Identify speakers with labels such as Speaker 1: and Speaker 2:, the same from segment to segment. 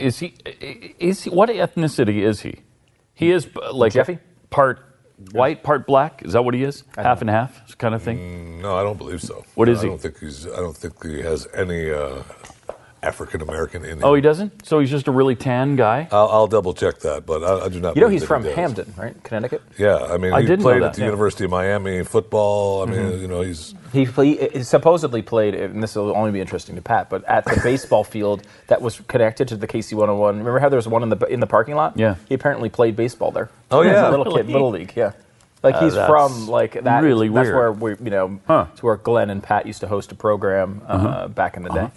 Speaker 1: Is he? Is he? What ethnicity is he? He is uh, like
Speaker 2: Jeffy?
Speaker 1: part white, part black. Is that what he is? Half and half kind of thing.
Speaker 3: No, I don't believe so.
Speaker 1: What is
Speaker 3: I
Speaker 1: he?
Speaker 3: don't think he's. I don't think he has any uh, African American in him.
Speaker 1: Oh, he doesn't. So he's just a really tan guy.
Speaker 3: I'll, I'll double check that, but I, I do not.
Speaker 2: You know
Speaker 3: believe
Speaker 2: he's
Speaker 3: that
Speaker 2: from
Speaker 3: he does.
Speaker 2: Hamden, right? Connecticut.
Speaker 3: Yeah, I mean,
Speaker 1: I
Speaker 3: he
Speaker 1: didn't know that,
Speaker 3: played
Speaker 1: Mm-hmm.
Speaker 3: at the
Speaker 1: yeah.
Speaker 3: University of Miami football. I mean, you know, he's
Speaker 2: He, play, he supposedly played, and this will only be interesting to Pat, but at the baseball field that was connected to the KC 101. Remember how there was one in the in the parking lot?
Speaker 1: Yeah.
Speaker 2: He apparently played baseball there.
Speaker 3: Oh,
Speaker 2: As
Speaker 3: yeah.
Speaker 2: a little kid,
Speaker 1: Really?
Speaker 2: little league. Yeah. Like he's
Speaker 1: that's
Speaker 2: from like that.
Speaker 1: really
Speaker 2: that's
Speaker 1: weird.
Speaker 2: where we, you know,
Speaker 1: Huh.
Speaker 2: it's where Glenn and Pat used to host a program uh, back in the day,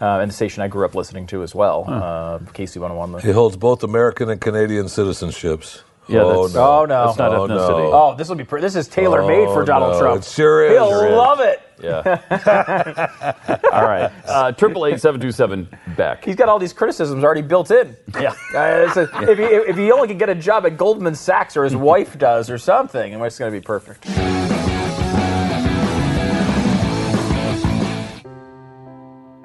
Speaker 2: uh, and the station I grew up listening to as well, uh, KC 101.
Speaker 3: he holds both American and Canadian citizenships.
Speaker 1: Yeah,
Speaker 3: oh,
Speaker 1: that's-
Speaker 3: no.
Speaker 2: Oh no!
Speaker 1: That's not
Speaker 3: Oh, no.
Speaker 1: ethnicity.
Speaker 2: Oh, this will be pr- this is tailor made for
Speaker 3: Oh,
Speaker 2: Donald
Speaker 3: no.
Speaker 2: Trump.
Speaker 3: It sure is.
Speaker 2: He'll
Speaker 3: Sure is.
Speaker 2: love it.
Speaker 1: Yeah. All right. Uh, Triple eight seven two seven Beck.
Speaker 2: He's got all these criticisms already built in.
Speaker 1: Yeah.
Speaker 2: Uh, it's a- if, he, if he only could get a job at Goldman Sachs or his wife does or something, and it's going to be perfect.